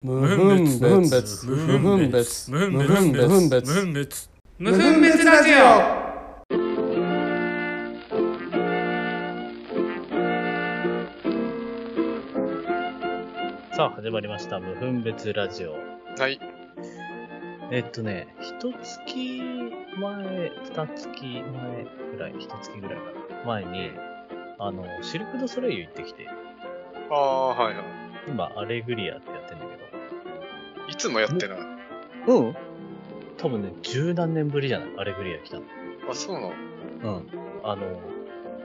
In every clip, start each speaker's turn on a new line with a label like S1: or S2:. S1: 無
S2: 無
S1: 分
S2: 分
S1: 別
S2: 別
S1: 無分別
S2: 無
S1: 無
S2: 分
S1: 分
S2: 別
S1: 別
S2: 無分別
S1: 無分別
S2: 無分別
S3: 無分別ラジオ
S4: さあ、始まりました。無分別ラジオ。
S5: はい。
S4: えっとね、一月前、二月前ぐらい、一月ぐらいかな。前に、あの、シルク・ドゥ・ソレイユ行ってきて、
S5: ああ、はいは
S4: 今、アレグリアってやってんだ
S5: い。いつもやってない。
S4: けど。うん多分ね、十何年ぶりじゃないアレグリア来たの。
S5: あ、そうなの
S4: うん。あの、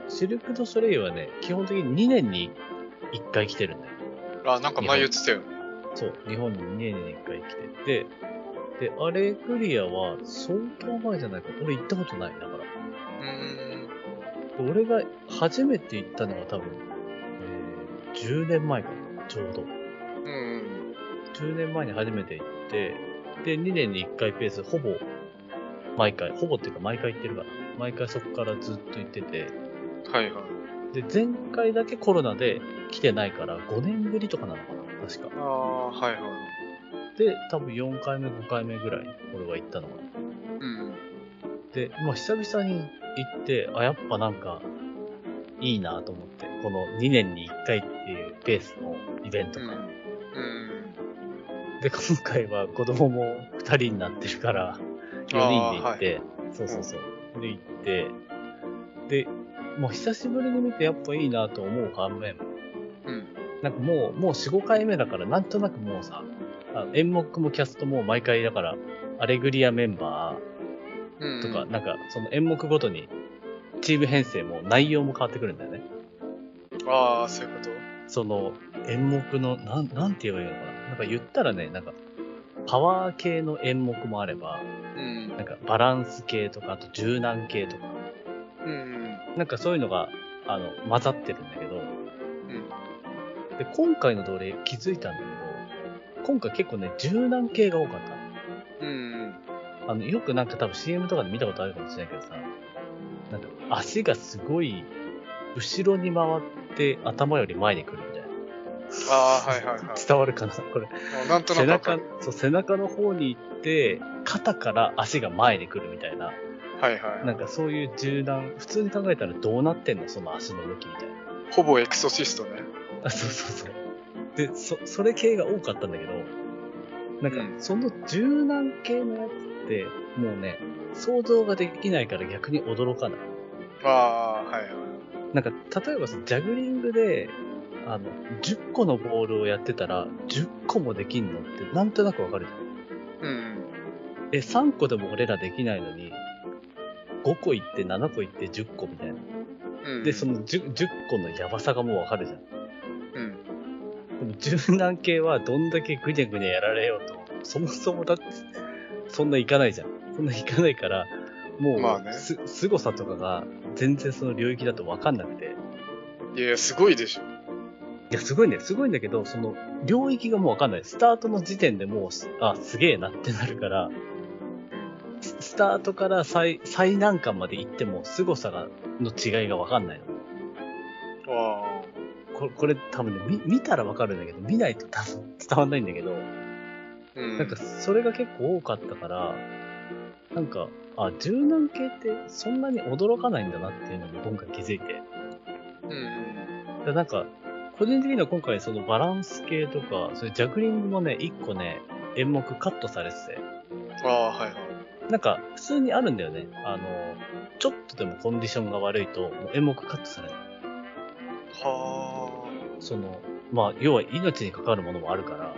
S4: シルク・ドゥ・ソレイユはね、基本的に2年に1回来てるんだよ。
S5: あ、なんか前言ってたよ。
S4: そう、日本に2年に1回来てて、で、アレグリアは相当前じゃないか。俺行ったことない、だから。
S5: うーん。
S4: 俺が初めて行ったのが多分、えー10年前かな、ちょうど。
S5: うん。
S4: 10年前に初めて行って、で、2年に1回ペース、ほぼ、毎回、ほぼっていうか毎回行ってるから、毎回そこからずっと行ってて、
S5: はいはい。
S4: で、前回だけコロナで来てないから、5年ぶりとかなのかな、確か。
S5: ああ、はいはい。
S4: で、多分4回目、5回目ぐらい、俺は行ったのかな。
S5: うん。
S4: で、まあ、久々に行って、あ、やっぱなんか、いいなと思って、この2年に1回っていうペースのイベント
S5: う
S4: が。
S5: ん。うん。
S4: で、今回は子供も2人になってるから、4人で行って、そうそうそう。で、行って、で、もう久しぶりに見てやっぱいいなと思う反面、
S5: うん。
S4: なんかもう、もう4、5回目だから、なんとなくもうさ、あ演目もキャストも毎回だから、アレグリアメンバ
S5: う
S4: ー
S5: ん。
S4: とか、なんかその演目ごとに、チーム編成も内容も変わってくるんだよね。
S5: ああ、そういうこと
S4: その演目の、なん、なんて言えばいいのかな。なんか言ったらね、なんか、パワー系の演目もあれば、
S5: うん
S4: なん。かバランス系とか、あと柔軟系とか、
S5: うん。
S4: なんかそういうのが、あの、混ざってるんだけど、で、今回の奴隷気づいたんだけど、今回結構ね、柔軟系が多かっ
S5: うん。
S4: た。あの、よくなんか多分 CM とかで見たことあるかもしれないけどさ、なんか足がすごい、後ろに回って頭より前に来るみたいな。
S5: ああ、はいはいはい。
S4: 伝わるかなこれ。
S5: あなんとな
S4: 背
S5: くわか
S4: 中
S5: る。、
S4: そう、背中の方に行って、肩から足が前に来るみたいな。
S5: はいは
S4: なんかそういう柔軟、普通に考えたらどうなってんのその足の向きみたいな。
S5: い。ほぼエクソシストね。
S4: あ、そうそうそう。で、そ、それ系が多かったんだけど、なん
S5: う
S4: かその柔軟系のやつって、もうね、想像ができないから逆に驚かない。
S5: ああー、はいはい。
S4: なんか、例えばさ、ジャグリングで、あの、10個のボールをやってたら、10個もできんのってなんとなくわかるじゃん。
S5: うん。
S4: え、3個でも俺らできないのに、5個いって、7個いって、10個みたいな。
S5: うん。
S4: で、その 10, 10個のやばさがもうわかるじゃん。
S5: うん。
S4: でも柔軟系はどんだけぐにゃぐにゃやられようと、そもそもだって、そんないかないじゃん。そんないかないから、もう、
S5: まあね
S4: す、凄さとかが全然その領域だとわかんなくて。
S5: いやいや、すごいでしょ。
S4: いや、すごいね、すごいんだけど、その、領域がもうわかんない。スタートの時点でもうす、あ、すげえなってなるから、ススタートから最、最難関まで行っても、凄さが、の違いがわかんないの。
S5: あ
S4: これ、これ多分ね、見見たらわかるんだけど、見ないと多分伝わんないんだけど、
S5: あ。うん。
S4: なんかそれが結構多かったから、なんか、あ、柔軟系ってそんなに驚かないんだなっていうのに今回気づいて。
S5: うん。
S4: でなんか、個人的には今回そのバランス系とか、それジャグリングもね、一個ね、演目カットされて
S5: ああ、はいはい。
S4: て、なんか普通にあるんだよね。あの、ちょっとでもコンディションが悪いと、もう演目カットされる。
S5: は
S4: その、まあ、要は命に関わるものもあるから、
S5: あ。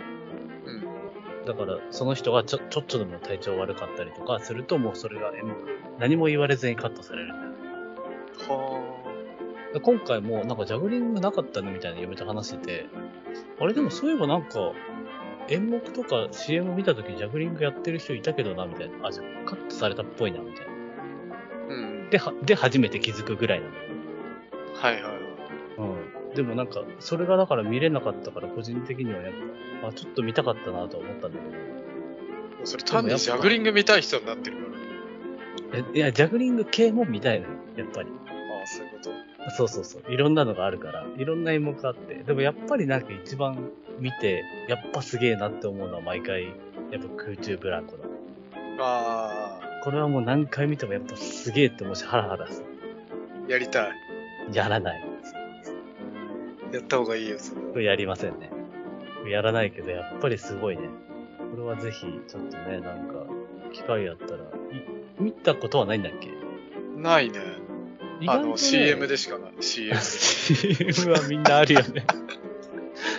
S5: うん。
S4: だから、その人がちょちょっとでも体調悪かったりとかすると、もうそれが演目、何も言われずにカットされるんだよね。
S5: は
S4: で今回もなんかジャグリングなかったねみたいな嫁と話してて、あれでもそういえばなんか、演目とか CM 見た時にジャグリングやってる人いたけどなみたいな。あ、じゃあカットされたっぽいなみたいな。
S5: あ。うん。
S4: で、はで、初めて気づくぐらいなんだけ
S5: はいはいはい。
S4: ど。うん。でもなんか、それがだから見れなかったから個人的にはやっぱ、あ、ちょっと見たかったなとは思ったん
S5: も
S4: だけ
S5: うそれ単にジャグリング見たい人になってるか
S4: ど。えいや、ジャグリング系も見たいのよ、やっぱり。
S5: ら。ああ、そういうこと。
S4: そうそうそう。いろんなのがあるから、いろんな演目あって。でもやっぱりなんか一番見て、やっぱすげえなって思うのは毎回、やっぱ空中ブランコだ。
S5: あ
S4: これはもう何回見てもやっぱすげえって思うし、ハラハラする。
S5: あ、やりたい。
S4: やらない。
S5: やった方がいいよ、それ
S4: こ
S5: は。
S4: れやりませんね。やらないけど、やっぱりすごいね。これはぜひ、ちょっとね、なんか、機会あったら、い見たことはないんだっけ
S5: ないね。
S4: 意
S5: あ
S4: 外とね
S5: の、CM でしかない。CM。
S4: CM はみんなあるよね。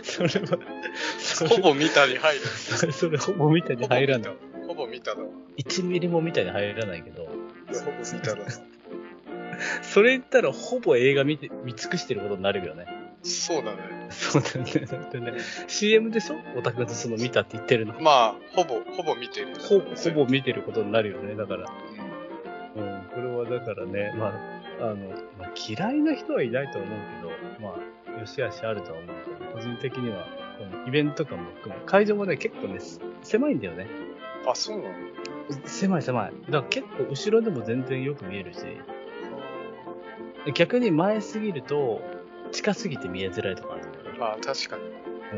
S4: それは、それ
S5: ほぼ見たに入る。
S4: それ それほぼ見たに入らない。
S5: ほぼ見ただわ。
S4: 1ミリも見たに入らないけど、
S5: いやほぼ見ただわ。
S4: それ言ったらほぼ映画見て見尽くしてることになるよね。
S5: そうだね。
S4: そうだよね。だってね、CM でしょオタクがその見たって言ってるの。
S5: まあ、ほぼ、ほぼ見てる。
S4: ほほぼ見てることになるよね。だから、
S5: うん。
S4: うん、これはだからね、まあ、あの、まあ、嫌いな人はいないと思うけど、まあ、よしあしあるとは思うけど、個人的には、このイベントとかも含め、会場もね、結構ね、す狭いんだよね。
S5: あ、そうなの
S4: 狭い狭い。だから結構後ろでも全然よく見えるし、逆に前すぎると、近すぎて見えづらいとかあるんだよね。
S5: まあ、確かに。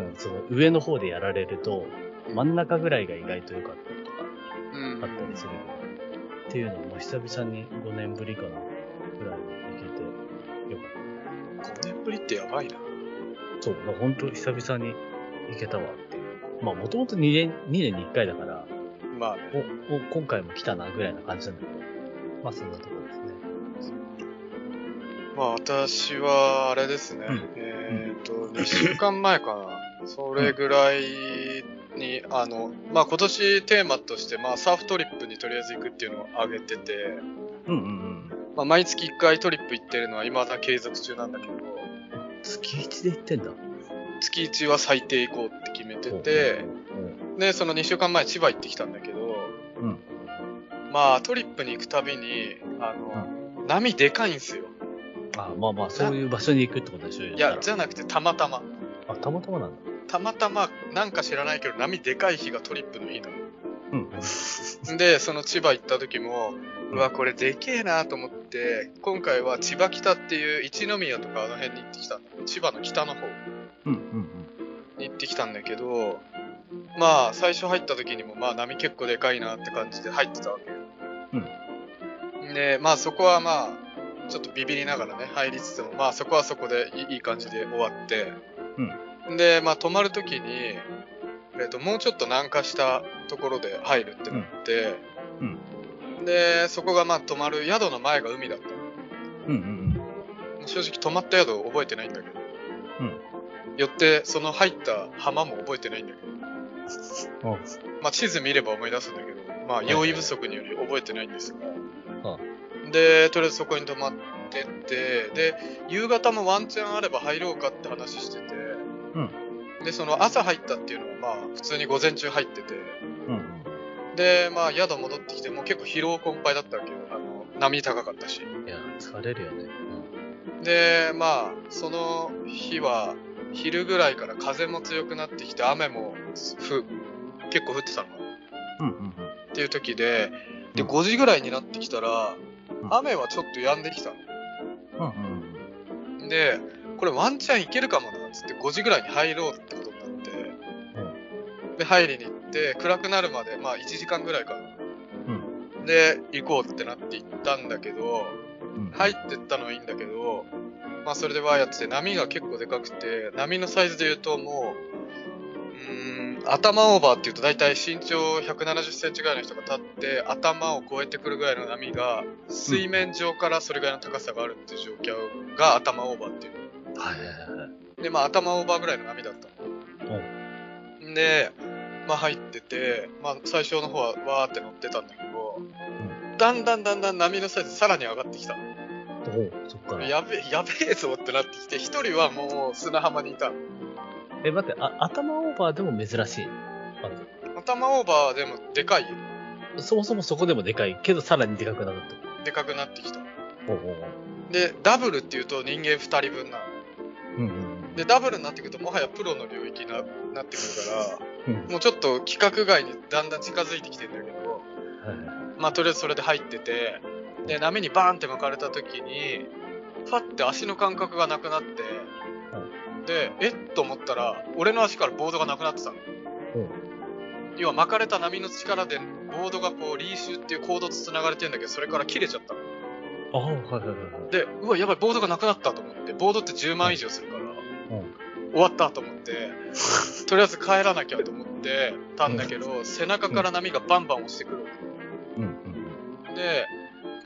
S4: うん、その上の方でやられると、真ん中ぐらいが意外と良かったりとか。
S5: う
S4: あったり
S5: ん。
S4: するっていうのも久々に5年ぶりかなぐらいに行けてよかっ
S5: 5年ぶりってやばいな。
S4: たそうだから本当久々に行けたわっていうまあもともと2年 ,2 年に1回だから
S5: まあね。
S4: おお今回も来たなぐらいな感じなんだけどまあそんなところですね
S5: まあ私はあれですね、
S4: うん
S5: えっ、と2週間前かなそれぐらいにあのまあ今年テーマとしてまあサーフトリップにとりあえず行くっていうのを挙げてて、
S4: うんうんうん
S5: まあ、毎月1回トリップ行ってるのは今だ継続中なんだけど
S4: 月1で行ってんだ
S5: 月1は最低行こうって決めててでその2週間前千葉行ってきたんだけど
S4: うんうん
S5: まあトリップに行くたびにあの、波でかいんすよ
S4: あまあまあそういう場所に行くってことでしょ
S5: いやじ
S4: ゃ
S5: ゃなくてたまたま
S4: あたまたまなんだ
S5: たまたまなんか知らないけど波でかい日がトリップの日なの
S4: うんうん
S5: で、その千葉行った時も、うわ、これでけえなと思って、今回は千葉北っていう一宮とかあの辺に行ってきたんだ千葉の北の方
S4: うんうん
S5: に行ってきたんだけど、まあ、最初入った時にも、まあ、波結構でかいなって感じで入ってたわけよ。で、まあ、そこはまあ、ちょっとビビりながらね、入りつつも、まあ、そこはそこでいいいい感じで終わって、で、まあ、泊まる時に、えっと、もうちょっと南下したところで入るってなって、
S4: うん
S5: でそこがまあ泊まる宿の前が海だった
S4: うんうん
S5: もう正直泊まった宿覚えてないんだけど、よってその入った浜も覚えてないんだけど、
S4: うん
S5: まあ、地図見れば思い出すんだけど、まあ、用意不足により覚えてないんですが、でとりあえずそこに泊まってってで夕方もワンチャンあれば入ろうかって話してて、でその朝入ったっていうのはまあ普通に午前中入ってて。
S4: うんうん
S5: で、まあ、宿戻ってきて、もう結構疲労困憊だったわけよ。あの、波高かったし。
S4: うんいや疲れるよねうん
S5: で、まあ、その日は、昼ぐらいから風も強くなってきて、雨もふ結構降ってたのかな。
S4: うんうんうん
S5: っていう時で、で、
S4: うん
S5: 5時ぐらいになってきたら、
S4: うん
S5: 雨はちょっと止んできた
S4: うんうんうん
S5: の。で、これワンチャンいけるかもな、つって5時ぐらいに入ろうってことになって、で、入りに行って、暗くなるまで、まあ1時間ぐらいかな。で、行こうってなって行ったんだけど、
S4: うん
S5: 入ってったのはいいんだけど、まあそれでわーやってて波が結構でかくて、波のサイズで言うともう、うーん、頭オーバーっていうと大体身長170センチぐらいの人が立って、頭を越えてくるぐらいの波が、水面上からそれぐらいの高さがあるっていう状況が頭オーバーっていう。
S4: はいはいはいはい。
S5: で、まあ頭オーバーぐらいの波だったの。で、まあ入ってて、まあ最初の方はわーって乗ってたんだけど、だんだんだんだん波のサイズさらに上がってきたの。
S4: おうそっから。
S5: やべえ、やべえぞってなってきて、一人はもう砂浜にいた。
S4: え、待って、あ、頭オーバーでも珍しい。ま
S5: 頭オーバーでもでかいよ。
S4: ず、そもそもそこでもでかいけど、さらにでかくなるってこ
S5: でかくなってきた。
S4: と。おうおう
S5: で、ダブルっていうと人間二人分なの。
S4: おう。うんうん
S5: で、ダブルになってくるともはやプロの領域にななってくるか
S4: うん。
S5: ら、もうちょっと規格外にだんだん近づいてきてんだけど、
S4: うん。はいはい
S5: まあとりあえずそれで入ってて、で、波にバーンって巻かれた時に、パッて足の感覚がなくなって、でえっと思ったら俺の足からボードがなくなってたの、要は巻かれた波の力でボードがこうリーシューっていうコードと繋がれてんだけどそれから切れちゃったの
S4: ああ、はいはいはいはい。
S5: でうわやばいボードがなくなったと思ってボードって10万以上するから、終わったと思 ってとりあえず帰らなきゃと思ってたんだけど、背中から波がバンバン押してくる
S4: うんうん
S5: で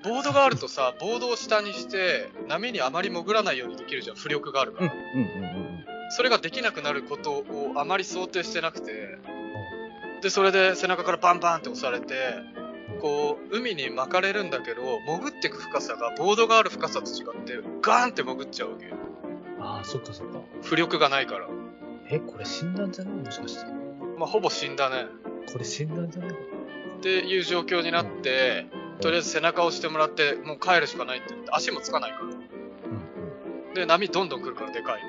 S5: ボードがあるとさボードを下にして波にあまり潜らないようにできるじゃん浮力があるから、
S4: うんうんうん
S5: それができなくなることをあまり想定してなくてでそれで背中からバンバンって押されてこう海に巻かれるんだけど潜ってく深さがボードがある深さと違ってガーンって潜っちゃうわけよ
S4: うん。ああ、そっかそっか。
S5: 浮力がないから、
S4: え、これ死んだんじゃないもしかして。
S5: まあ、ほぼ死んだね
S4: これ死んだんじゃない
S5: っていう状況になって、とりあえず背中を押してもらってもう帰るしかないって言って足もつかないから
S4: うんうん
S5: で波どんどん来るからでかい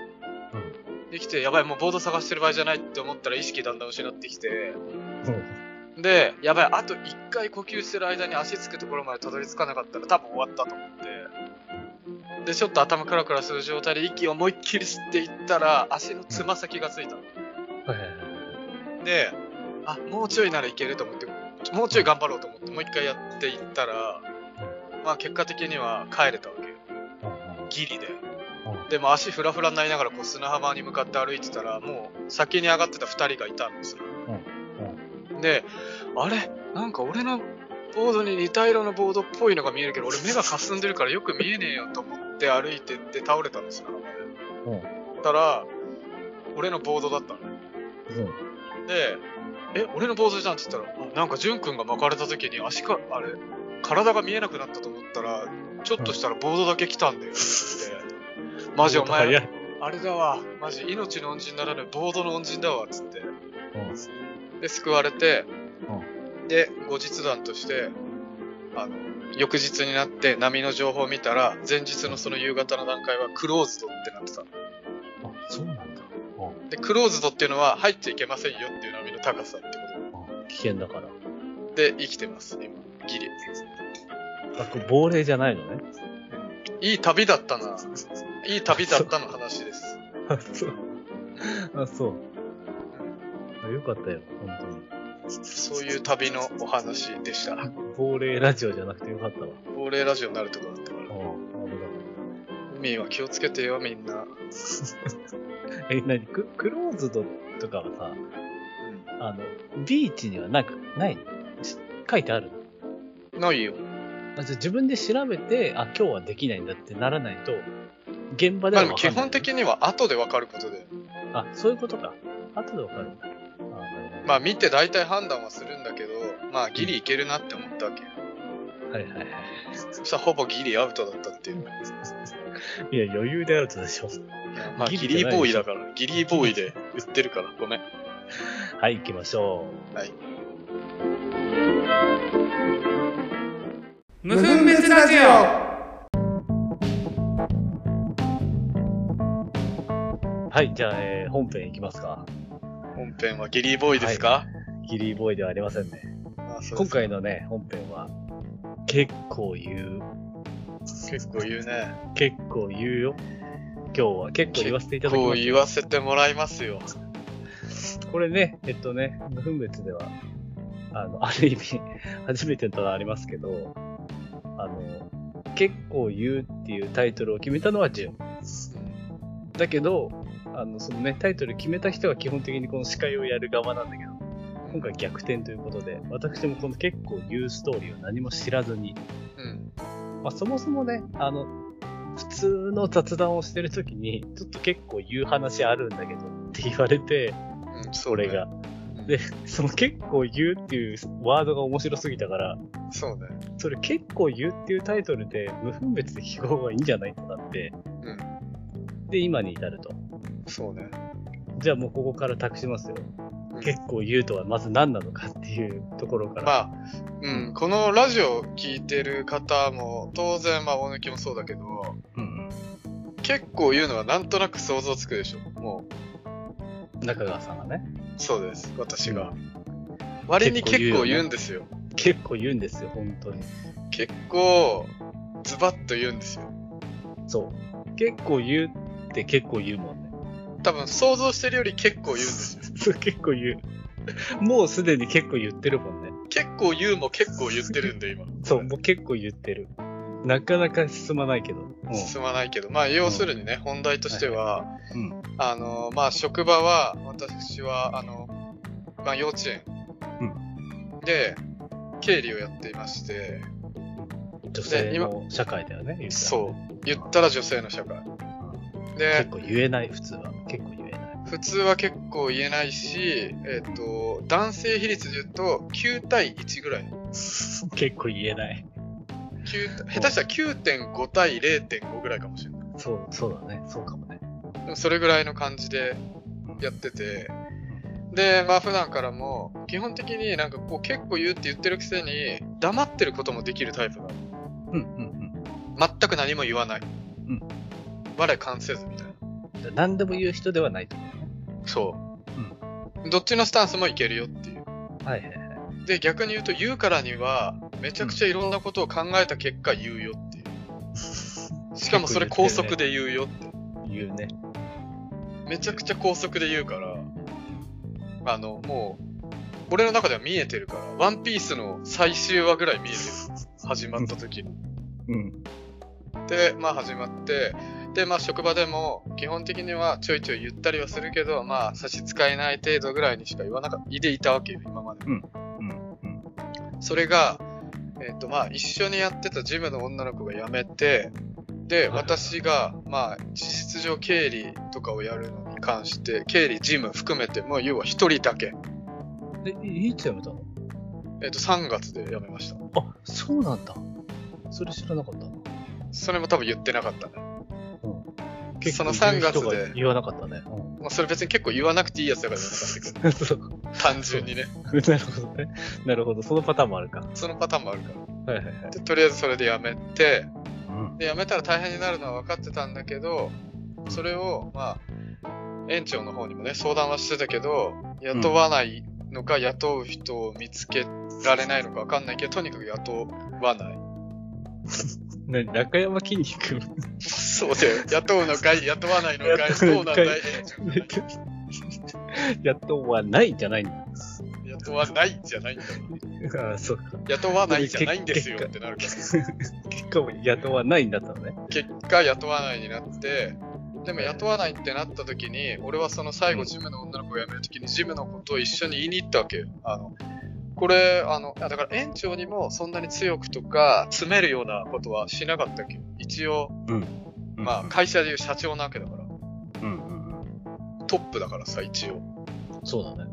S5: のできてやばいもうボード探してる場合じゃないって思ったら意識だんだん失ってきて
S4: うん。
S5: でやばいあと1回呼吸してる間に足つくところまでたどり着かなかったら多分終わったと思ってでちょっと頭クラクラする状態で息を思いっきり吸っていったら足のつま先がついたの
S4: はいはいはい。
S5: であもうちょいならいけると思ってもうちょい頑張ろうと思ってもう一回やっていったらまあ結果的には帰れたわけよギリででも足フラフラになりながらこう砂浜に向かって歩いてたらもう先に上がってた2人がいたんですよ、であれなんか俺のボードに似た色のボードっぽいのが見えるけど俺目がかすんでるからよく見えねえよと思って歩いてって倒れたんですよ
S4: うんうん
S5: たら俺のボードだったのね
S4: うん。
S5: で、え、俺の坊主じゃんって言ったら、あなんか淳君が巻かれた時に足か、あれ、体が見えなくなったと思ったら、ちょっとしたらボードだけ来たんだよって言って、マジお
S4: 早
S5: 前、
S4: い
S5: あれだわ、マジ命の恩人ならぬボードの恩人だわっつって、
S4: う
S5: で、救われて、で、後日談として、あの、翌日になって波の情報を見たら、前日のその夕方の段階はクローズドってなってたの。
S4: ん。あ、そうなんだ。
S5: で、クローズドっていうのは入っちゃいけませんよっていう波の高さってこ
S4: うん危険だから。
S5: とで生きてます、今、ギリ。
S4: あ、これ亡霊じゃないのね。
S5: いい旅だったな。いい旅だったの話です。
S4: あ、そう。あ、そう。あよかったよ、本
S5: そういう旅のお話でした。
S4: 当に。亡霊ラジオじゃなくてよかったわ。
S5: 亡霊ラジオになるとこだったから。
S4: ああ、危なかった。
S5: 海は気をつけてよ、みんな。
S4: え、なにククローズドとかはさ、あの、ビーチにはなく、ないし書いてある
S5: ないよ。
S4: あじゃあ自分で調べて、あ、今日はできないんだってならないと、現場で
S5: まあで
S4: は
S5: も
S4: わか
S5: 基
S4: んない
S5: 本的には後でわかることで。
S4: あ、そういうことか。後でわかるんだ。あ
S5: まあ見て大体判断はするんだけど、まあギリいけるなって思ったわけ。
S4: あ、はいはいはい。
S5: そしたらほぼギリアウトだったっていう。
S4: いや、余裕でアウトでしょ。
S5: まあギ
S4: ギリ
S5: リ
S4: じゃない
S5: ボーイだから。ギリボーイで売ってるから。ごめん。
S4: はい、行きましょう。
S3: 無分別ラジオ
S4: はい、じゃあ、えー本編いきますか。
S5: 本編はギリボーイですか、
S4: ギリーボーイではありませんね。
S5: あそうで
S4: 今
S5: す
S4: 回のね、本編は、結構言う。
S5: 結構言うね。
S4: 結構言うよ。今日は結構言わせていただき
S5: こう
S4: ます。
S5: 言わせてもらいますよ。
S4: これね、えっとね、無分別では、あの、ある意味、初めてとはありますけど、あの、結構言うっていうタイトルを決めたのはジュン。だけど、あの、そのね、タイトル決めた人は基本的にこの司会をやる側なんだけど、今回逆転ということで、私もこの結構言うストーリーを何も知らずに、
S5: うん。
S4: まあ、そもそもね、あの、普通の雑談をしてるときに、ちょっと結構言う話あるんだけどって言われて、
S5: うん、そ
S4: それが。で、その結構言うっていうワードが面白すぎたから、
S5: そうね。
S4: それ結構言うっていうタイトルで無分別で聞く方がいいんじゃないかなって、で、今に至ると。
S5: そうね。
S4: じゃあもうここから託しますよ。結構言うとはまず何なのかっていうところから。
S5: まあ、うん、このラジオ聞いてる方も、当然、まあ、大貫もそうだけど、
S4: うん
S5: 結構言うのはなんとなく想像つくでしょ。も
S4: うん、中川さんがね、
S5: う、そうです。私が。割に
S4: 結
S5: 結
S4: 構
S5: 構
S4: 言う
S5: 言
S4: よね
S5: うんですよ。
S4: 結構言うんですよ、本当に。
S5: 結構、ズバッと言うんですよ。
S4: そう。結構言うって結構言うもんね。
S5: 多分想像してるより結構言うんですよ。
S4: そう、結構言う。もうすでに結構言ってるもんね。
S5: 結構言うも結構言ってるんで、今。
S4: そう、もう結構言ってる。なかなか進まないけど。うん
S5: 進まないけど、まあ、要するにね、本題としては、
S4: うん。
S5: あの、まあ、職場は、私は、あの、まあ、幼稚園。で、経理をやっていまして、
S4: 女性の社会だよね、言ったら
S5: そう。言ったら女性の社会。で
S4: 結、構言えない、普通は。結構言えない。
S5: 普通は結構言えないし、えっ、と、男性比率で言うと、9対1ぐらい。
S4: 結構言えない。
S5: 9下手したら9.5対0.5ぐらいかもしれない。
S4: そう、そうだね。そうかもね。
S5: でもそれぐらいの感じでやってて、で、まあ普段からも、基本的になんかこう結構言うって言ってるくせに、黙ってることもできるタイプだ。
S4: うんうん
S5: 全く何も言わない。
S4: ん
S5: 我関せずみたいな。
S4: うん。何でも言う人ではないと思
S5: そう。どっちのスタンスもいけるよっていう。
S4: う。はいはいはい。
S5: で、逆に言うと言うからには、めちゃくちゃいろんなことを考えた結果言うよっていう。しかもそれ高速で言うよって。
S4: 言うね。
S5: めちゃくちゃ高速で言うから、あの、もう、俺の中では見えてるから、ワンピースの最終話ぐらい見えてる。始まった時に。
S4: うん。
S5: で、まあ始まって、で、まあ職場でも基本的にはちょいちょい言ったりはするけど、まあ差し支えない程度ぐらいにしか言わなかいでいたわけよ、今まで。
S4: うん。うん。
S5: それが、えっ、とまあ一緒にやってたジムの女の子が辞めて、で、
S4: はい
S5: 私が、まあ、事実上経理とかをやるのに関して、経理、ジム含めて、もう要は一人だけ。
S4: で、いいつ辞めたの
S5: えっ、と、3月で辞めました。
S4: あ、そうなんだ。それ知らなかったな。
S5: それも多分言ってなかったね。
S4: 結
S5: その
S4: 構
S5: 3
S4: 言う
S5: 月
S4: 人が
S5: で、
S4: 言わなかったね。
S5: まあ、それ別に結構言わなくていいやつだから言わなかったけ
S4: うん。 そう。
S5: ど、単純にね。
S4: なるほどね。なるほど。そのパターンもあるか。は
S5: そのパターンもあるから。
S4: いはいはい。
S5: で、とりあえずそれで辞めて、
S4: うん。
S5: で、辞めたら大変になるのは分かってたんだけど、それを、まあ、園長の方にもね、相談はしてたけど、雇わないのか、雇う人を見つけられないのか分かんないけど、とにかく雇わない。
S4: ね、中山筋肉。
S5: そうだよ。雇うのかい、雇わないのかい、
S4: 雇
S5: そうう
S4: の
S5: なん
S4: か
S5: だ
S4: い
S5: い、
S4: やっとはないじゃないんだ。
S5: 雇わないじゃないんだ。
S4: ああ、そうか。
S5: 雇わないじゃないんですよってなるか
S4: 結果も雇わないんだったのね。
S5: ら。結果、雇わないになって、でも雇わないってなった時に、俺はその最後、ジムの女の子を辞める時に、ジムのことを一緒に言いに行ったわけよ。あの、これ、あの、あだから園長にもそんなに強くとか、詰めるようなことはしなかったわけど、一応、まあ、会社でいう社長なわけだから、
S4: うんうんうん。
S5: トップだからさ、一応。
S4: そうだね。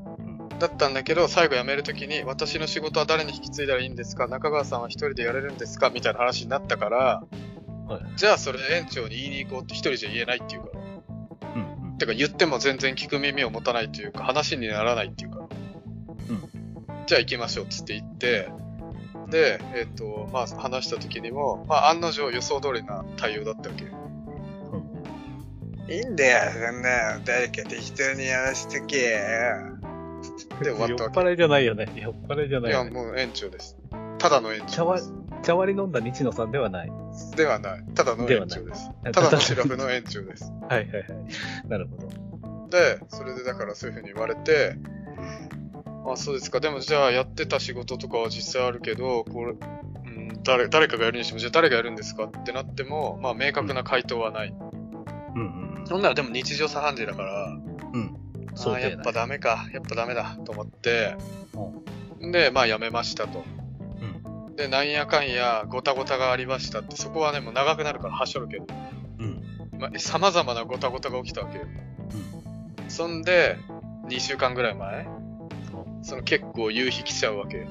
S5: だったんだけど、最後辞めるときに、私の仕事は誰に引き継いだらいいんですか中川さんは一人でやれるんですかみたいな話になったから、
S4: はい
S5: じゃあそれ園長に言いに行こうって一人じゃ言えないっていうから。
S4: うん
S5: てか言っても全然聞く耳を持たないというか、話にならないっていうか。じゃあ行きましょうっつって行って、
S4: うん。
S5: で、えっ、と、まあ話したときにも、まあ案の定予想通りな対応だったわけ。
S4: うん、
S5: いいんだよ、そんな誰か適当にやらせとけで終わった
S4: 酔
S5: わ
S4: っ
S5: け。
S4: 払いじゃないよね。酔っ払いじゃないいよ
S5: や、
S4: ね。
S5: もう園長です。ただの園長
S4: 茶
S5: で
S4: 割
S5: す。
S4: 茶割り飲んだ日野さんではない。は
S5: ではない。ただの延長です。
S4: ではな
S5: た
S4: い
S5: だのシラフの延長です。
S4: いはいはい。なるほど。
S5: で、それでだからそういうふうに言われて、あ、そうですか。でもじゃあやってた仕事とかは実際あるけど、これ、うん、誰、誰かがやるにしても、じゃあ誰がやるんですかってなっても、まあ明確な回答はない。
S4: うんうん。
S5: そんならでも日常茶飯事だから、あ
S4: 想
S5: あ、
S4: 定内
S5: やっぱダメか。やっぱダメだ。と思って、
S4: う
S5: で、まあ辞めましたと。で、なんやかんや、ごたごたがありましたって、そこはね、もう長くなるからはしょるけど、
S4: ん。うん。
S5: まあ、様々なごたごたが起きたわけよ。そんで、2週間ぐらい前その結構夕日来ちゃうわけ よ。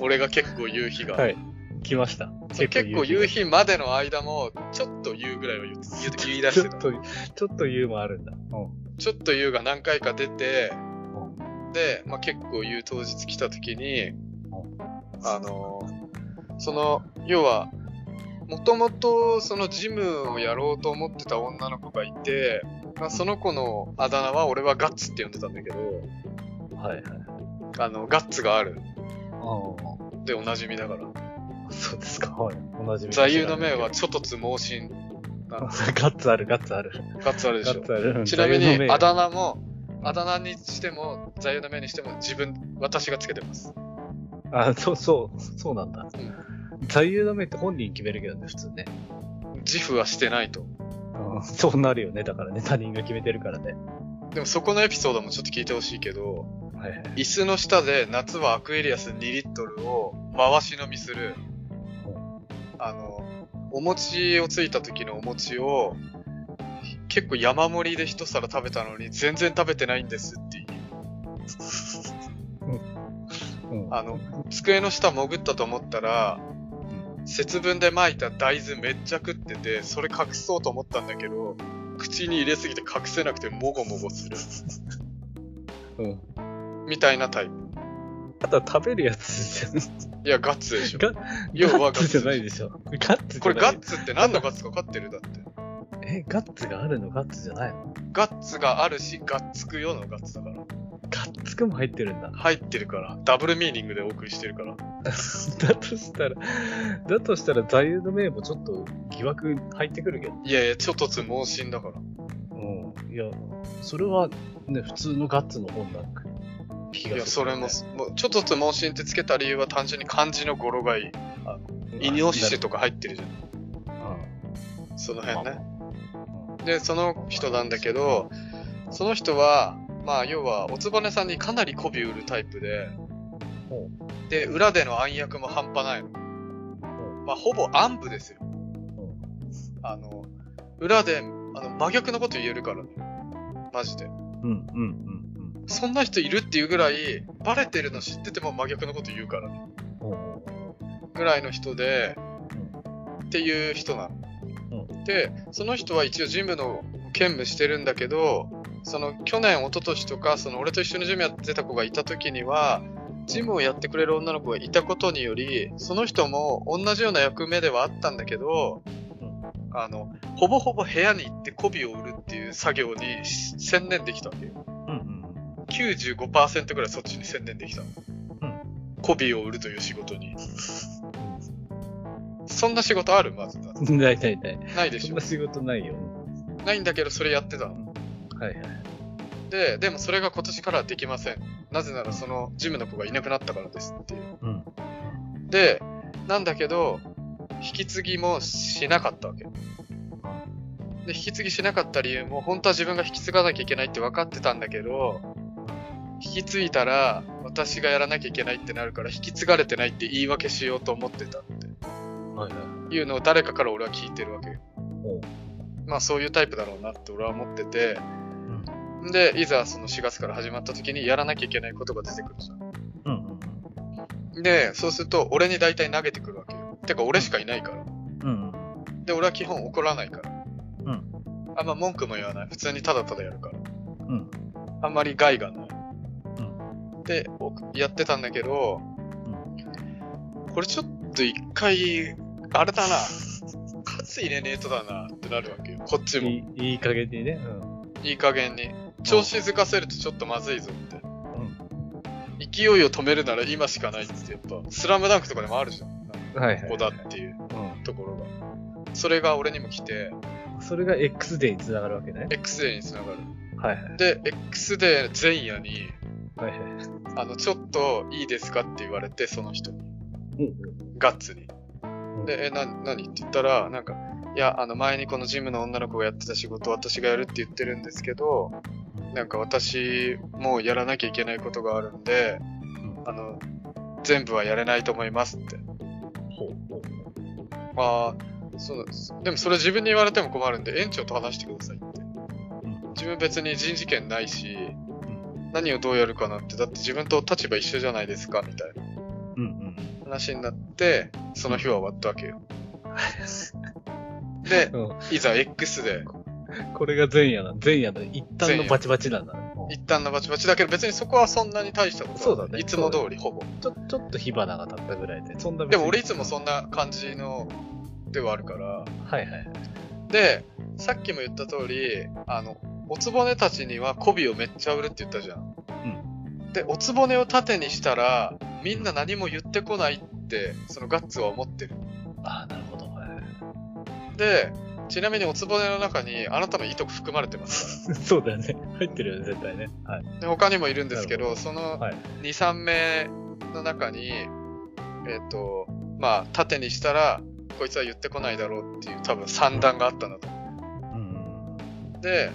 S5: 俺が結構夕日が。
S4: はい。来ました。
S5: その結構夕
S4: 日
S5: 日までの間も、ちょっと言うぐらいは言って言う言い出
S4: ち
S5: し
S4: ょ
S5: て。
S4: ったと、ちょっと言うもあるんだ。う
S5: ちょっと言うが何回か出て
S4: う、
S5: で、まあ、結構言う当日来た時に、あのーその、要は、もともとそのジムをやろうと思ってた女の子がいて、まあ、その子のあだ名は俺はガッツって呼んでたんだけど、
S4: ん。はいはい。
S5: あの、ガッツがある
S4: あ
S5: でおなじみだから。
S4: あ。そうですか。はい。同じ
S5: 座右の銘は、ちょっとつ盲信。なる
S4: ガ
S5: ほ
S4: ッツある、ガッツある。
S5: どガッツあるで
S4: ガ
S5: しょ
S4: ッ。ツある。
S5: ちなみ
S4: 座右の銘
S5: に、あだ名も、あだ名にしても、座右の銘にしても、自分、私がつけてます。
S4: あ、そうそう、そうなんだ。座右の銘って本人決めるけどね、普通ね。
S5: 自負はしてないと。
S4: うんそうなるよね、だからね、他人が決めてるからね。
S5: でもそこのエピソードもちょっと聞いてほしいけど、
S4: はいはい。
S5: 椅子の下で夏はアクエリアス2リットルを回し飲みする。あの、お餅をついた時のお餅を、結構山盛りで一皿食べたのに全然食べてないんですっていう。
S4: うん、
S5: あの、机の下潜ったと思ったら、節分で撒いた大豆めっちゃ食ってて、それ隠そうと思ったんだけど、口に入れすぎて隠せなくてもごもごする。
S4: うん。
S5: みたいなタイプ。
S4: あとは食べるやつじ
S5: いや、ガッツでしょ。
S4: ガ
S5: 要
S4: ゃ
S5: は
S4: ん。ガッ
S5: ガッツ
S4: ツじゃないでしょ。ガッツじゃない
S5: これガッツって何のガッツか分かってるだって。
S4: え、ガッツがあるのガッツじゃないの
S5: ガッツがあるし、ガッツくよのガッツだから。
S4: ガッツくも入ってるんだ。
S5: 入ってるから。ダブルミーニングでお送りしてるから。
S4: だとしたら、だとしたら座右の銘もちょっと疑惑入ってくるけど。
S5: いやいや、ちょっとつ盲信だから。
S4: うん。いや、それはね、普通のガッツの本なんか気
S5: いや、
S4: がす
S5: そ
S4: るけ
S5: れ
S4: どね、
S5: も、もうちょっとつ盲信ってつけた理由は単純に漢字の語呂がいい。
S4: うん
S5: イニオシシとか入ってるじゃん。その辺ね。で、その人なんだけど、その人は、まあ、要は、おつぼねさんにかなり媚び売るタイプで
S4: ほ、
S5: で、裏での暗躍も半端ないの。まあ、ほぼ暗部ですよ。あの、裏で、あの、真逆のこと言えるからね。マジで。
S4: うんうんうん
S5: そんな人いるっていうぐらい、バレてるの知ってても真逆のこと言うからね。
S4: うんうん。
S5: ぐらいの人で、っていう人なの。で、その人は一応ジムの兼務してるんだけど、その去年、一昨年とか、その俺と一緒にジムやってた子がいた時には、ジムをやってくれる女の子がいたことにより、その人も同じような役目ではあったんだけど、あの、ほぼほぼ部屋に行って媚びを売るっていう作業に専念できたわけよ。
S4: うん
S5: 95%ぐらいそっちに専念できたの。
S4: うん
S5: 媚びを売るという仕事に。そんな仕事あるまずだ。
S4: うん。大体大体。
S5: ないでし
S4: そん
S5: ょ
S4: な。仕事ないよ。
S5: ないんだけど、それやってたの。
S4: はいはい。
S5: で、でもそれが今年からはできません。なぜならそのジムの子がいなくなったからですっていう。
S4: うん。
S5: で、なんだけど、引き継ぎもしなかったわけ。で、引き継ぎしなかった理由も、本当は自分が引き継がなきゃいけないって分かってたんだけど、引き継いだら、私がやらなきゃいけないってなるから、引き継がれてないって言い訳しようと思ってたって
S4: はいはい。
S5: いうのを誰かから俺は聞いてるわけよ
S4: おう。
S5: まあそういうタイプだろうなって俺は思ってて、で、いざその4月から始まった時にやらなきゃいけないことが出てくるじゃん。
S4: うんうん
S5: で、そうすると俺に大体投げてくるわけよ。てか俺しかいないから。
S4: うん。うん
S5: で、俺は基本怒らないから。
S4: うん
S5: あんま文句も言わない。普通にただただやるから。
S4: うん
S5: あんまり害がない。
S4: う
S5: で、おやってたんだけど、これちょっと一回、あれだな。カツ入れねえとだなってなるわけよ。こっち
S4: うん。
S5: も。
S4: いいいい加減にね。
S5: いい加減に。調子づかせるとちょっとまずいぞって。
S4: うん。
S5: 勢いを止めるなら今しかないってやっぱ、スラムダンクとかでもあるじゃん。
S4: うん。はいはい。
S5: ここだっていう
S4: う
S5: ところが。それが俺にも来て、
S4: ん。それが X デーにつながるわけね。
S5: X デーにつながる。
S4: はいはい。
S5: で、X デー前夜に、
S4: はいはい。
S5: あの、ちょっといいですかって言われて、その人に。
S4: うん
S5: ガッツに
S4: う。ん
S5: で、え、な、何って言ったら、なんか、いや、あの、前にこのジムの女の子がやってた仕事私がやるって言ってるんですけど、なんか私、もうやらなきゃいけないことがあるんで、あの、全部はやれないと思いますって。
S4: ほうほう。
S5: ああ、そうなんです。でもそれ自分に言われても困るんで、園長と話してくださいって。自分別に人事権ないし、何をどうやるかなんて、だって自分と立場一緒じゃないですか、みたいな
S4: うんうん。
S5: 話になって、その日は終わったわけ よ。で、
S4: うん
S5: いざ X で、
S4: これが前夜な。前夜の一旦のバチバチなんだね。
S5: 一旦のバチバチだけど、別にそこはそんなに大したことは
S4: そうだね
S5: いつも通り、ほぼ。
S4: ちょちょっと火花が立ったぐらいで。そんな別
S5: で
S4: に
S5: も俺いつもそんな感じの、ではあるから。
S4: はいはい。
S5: で、さっきも言った通り、あの、おつぼねたちには媚びをめっちゃ売るって言ったじゃん。で、おつぼねを盾にしたら、みんな何も言ってこないって、そのガッツは思ってる。
S4: ああ、なるほど。はい
S5: で、ちなみにおつぼねの中にあなたのいとこ含まれてますか
S4: そうだよね。入ってるよね、絶対ね。はい。
S5: らで他にもいるんですけどその
S4: はい
S5: 23名の中にえっ、とまあ縦にしたらこいつは言ってこないだろうっていう多分算段があったんだと思
S4: うん。
S5: うで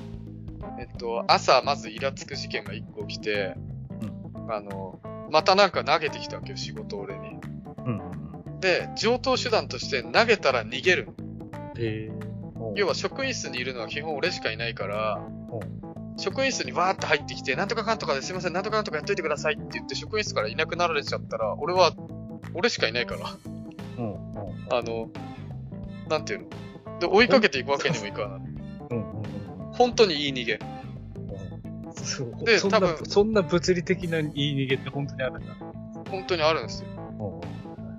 S5: えっ、と朝まずイラつく事件が1個起きて、あのまたなんか投げてきたわけよ仕事を俺に
S4: うん。
S5: で上等手段として投げたら逃げる
S4: え
S5: 要は職員室にいるのは基本俺しかいないから
S4: う、
S5: 職員室にわーって入ってきて、なんとかかんとかですいません、なんとかかんとかやっといてくださいって言って、職員室からいなくなられちゃったら、俺は、俺しかいないから、
S4: うん。
S5: あの、なんていうの。で、追いかけていくわけにもいかない。
S4: うん。うん。
S5: 本当にいい逃げ。
S4: そう
S5: で
S4: そんな
S5: 多分
S4: そんな物理的な言い逃げって本当にあるんだ。
S5: 本当にあるんですよ。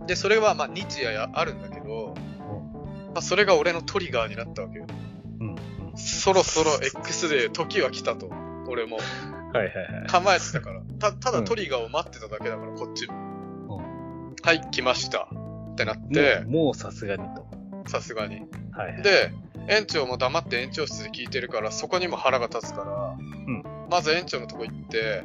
S5: で、それはまあ日夜あるんだけど、まあ、それが俺のトリガーになったわけよ。
S4: うん。
S5: そろそろ X で時は来たと。俺も
S4: はいはいはい。
S5: 構えてたから。たた
S4: う
S5: だ
S4: ん
S5: トリガーを待ってただけだから、こっちも。
S4: う
S5: はい、来ました。ってなっ
S4: も
S5: て
S4: う、もうさすがにと。
S5: さすがに。
S4: はいはい。
S5: で、園長も黙って園長室で聞いてるから、そこにも腹が立つから、
S4: ん
S5: まず園長のとこ行って、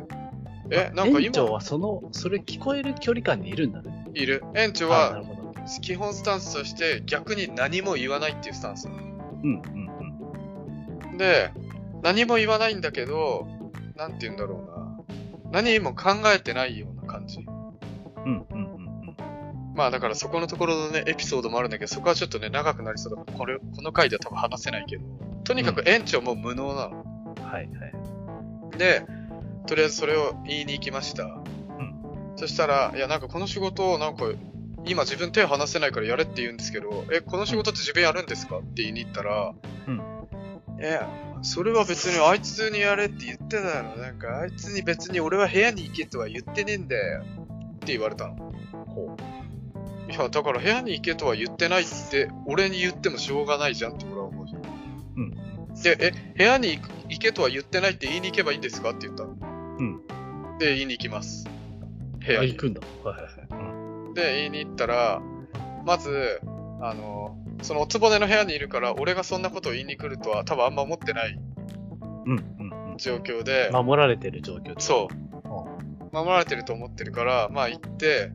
S5: え
S4: あ、
S5: なんか
S4: 園長
S5: 今
S4: はその、それ聞こえる距離感にいるんだね。
S5: いる。園長
S4: あなる
S5: は、
S4: ほど。
S5: 基本スタンスとして逆に何も言わないっていうスタンス。
S4: うんうんうん。
S5: で、何も言わないんだけど、なんて言うんだろうな。何も考えてないような感じ。
S4: うんうんうんうん。
S5: まあだからそこのところのね、エピソードもあるんだけど、そこはちょっとね、長くなりそうだから、これ、この回では多分話せないけど、とにかく園長も無能なの。
S4: はいはい。
S5: で、とりあえずそれを言いに行きました。そしたら、いやなんかこの仕事をなんか、今自分手離せないからやれって言うんですけど、え、この仕事って自分やるんですかって言いに行ったら、
S4: うん
S5: え、それは別にあいつにやれって言ってたの。なんかあいつに別に俺は部屋に行けとは言ってねえんだよ。って言われたの。
S4: ほ
S5: いや、だから部屋に行けとは言ってないって、俺に言ってもしょうがないじゃんって俺は思うじゃん。
S4: う。うん。
S5: で、え、部屋に行く行けとは言ってないって言いに行けばいいんですかって言ったの。うん。で、言いに行きます。部屋
S4: あ、
S5: に
S4: 行。くんだ。はいはいはい。
S5: で、言いに行ったら、まず、あの、そのおつぼねの部屋にいるから、俺がそんなことを言いに来るとは多分あんま思ってない
S4: うんうんうん。
S5: 状況で、
S4: 守られてる状況
S5: そう
S4: う。
S5: 守られてると思ってるから、まあ行って、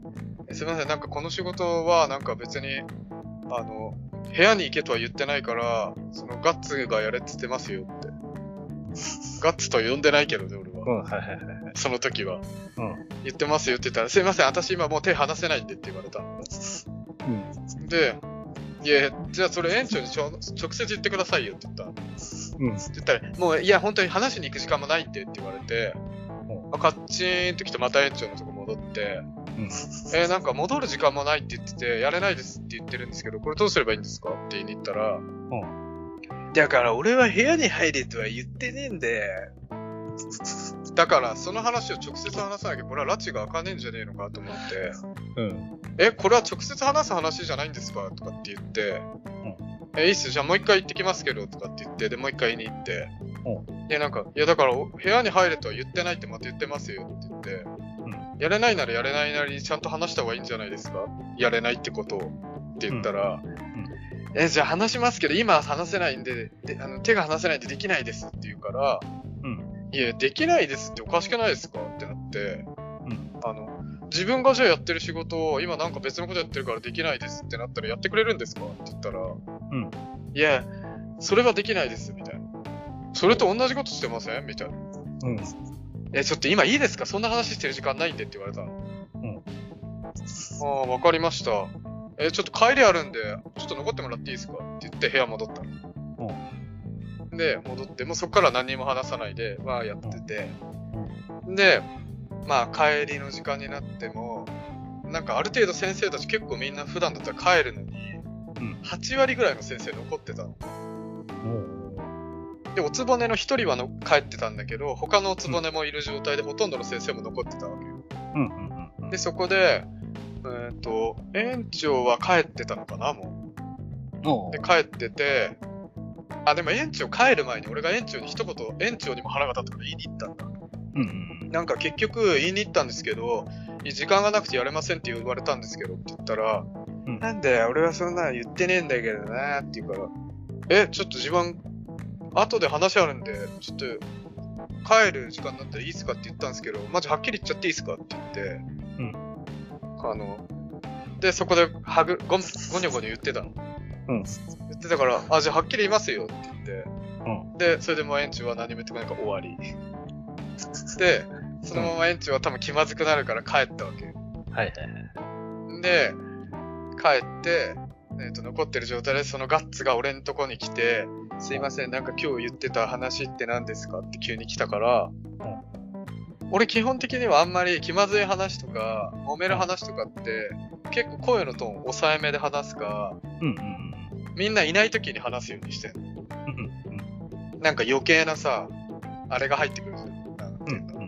S5: えすみません、なんかこの仕事はなんか別に、あの、部屋に行けとは言ってないから、そのガッツがやれって言ってますよって。ガッツとは呼んでないけどね、俺
S4: う
S5: は。
S4: ん、はいはいはい。
S5: その時は。
S4: うん
S5: 言ってますよって言ったら、すいません、私今もう手離せないんでって言われたの。で、いや、じゃあそれ園長にちょ直接言ってくださいよって言ったの。
S4: うん。うん。
S5: って言ったら、もう、いや、本当に話しに行く時間もないんでって言われて、
S4: う
S5: あカッチーンと来てまた園長のとこ戻って、
S4: うん
S5: えーなんか戻る時間もないって言ってて、やれないですって言ってるんですけど、これどうすればいいんですかって言いに行ったら、だから俺は部屋に入れとは言ってねえんで、だからその話を直接話さなきゃ、これは拉致が開かねえんじゃねえのかと思って、
S4: うん。
S5: え、これは直接話す話じゃないんですかとかって言って、え、いいっすよじゃあもう一回行ってきますけど、とかって言って、で、もう一回言いに行って、で、なんか、いや、だから、お部屋に入れとは言ってないってまた言ってますよって言って、やれないならやれないなりにちゃんと話した方がいいんじゃないですかやれないってことを。って言ったら、え、じゃあ話しますけど、今は話せないんで、であの手が離せないんでできないですって言うから、
S4: うん
S5: いや、できないですっておかしくないですかってなって、
S4: うん
S5: あの、自分がじゃあやってる仕事を今なんか別のことやってるからできないですってなったらやってくれるんですかって言ったら、
S4: ん
S5: いや、それはできないですみたいな。それと同じことしてませんみたいな。
S4: うん。
S5: え、ちょっと今いいですかそんな話してる時間ないんでって言われたの。
S4: うん
S5: ああ、わかりました。え、ちょっと帰りあるんで、ちょっと残ってもらっていいですかって言って部屋戻ったの。で、戻って、もうそこから何にも話さないで、まあやってて。で、まあ帰りの時間になっても、なんかある程度先生たち結構みんな普段だったら帰るのに、
S4: うん
S5: 8割ぐらいの先生残ってたの。
S4: も
S5: で、おつぼねの一人はの帰ってたんだけど、他のおつぼねもいる状態で、ほとんどの先生も残ってたわけよ。
S4: う。うんうんうん。
S5: で、そこで、えっ、と、園長は帰ってたのかな、も
S4: も
S5: う。で、帰ってて、あ、でも園長帰る前に俺が園長に一言、園長にも腹が立ったから言いに行ったんだ。
S4: う。うん
S5: なんか結局言いに行ったんですけど、いや時間がなくてやれませんって言われたんですけどって言ったら、
S4: うん
S5: なんで俺はそんなの言ってねえんだけどなーって言うから、え、ちょっと自分、後で話あるんで、ちょっと、帰る時間になったらいいっすかって言ったんですけど、マジはっきり言っちゃっていいっすかって言って、
S4: うん
S5: あの、で、そこで、はぐ、ごん、ごにょごにょ言ってたの。
S4: うん
S5: 言ってたから、あ、じゃあはっきり言いますよって言って、
S4: う
S5: で、それでもう園長は何も言ってこないから終わ り。で、そのまま園長は多分気まずくなるから帰ったわけ。
S4: はいはいはい。
S5: で、帰って、えーと残ってる状態でそのガッツが俺んとこに来て、すいません、なんか今日言ってた話って何ですかって急に来たから、俺基本的にはあんまり気まずい話とか、揉める話とかって、結構声のトーン抑えめで話すか、
S4: うんうん
S5: みんないない時に話すようにしてんの
S4: うんうん。
S5: なんか余計なさ、あれが入ってくるじゃん。なんて
S4: う
S5: い
S4: ん
S5: うの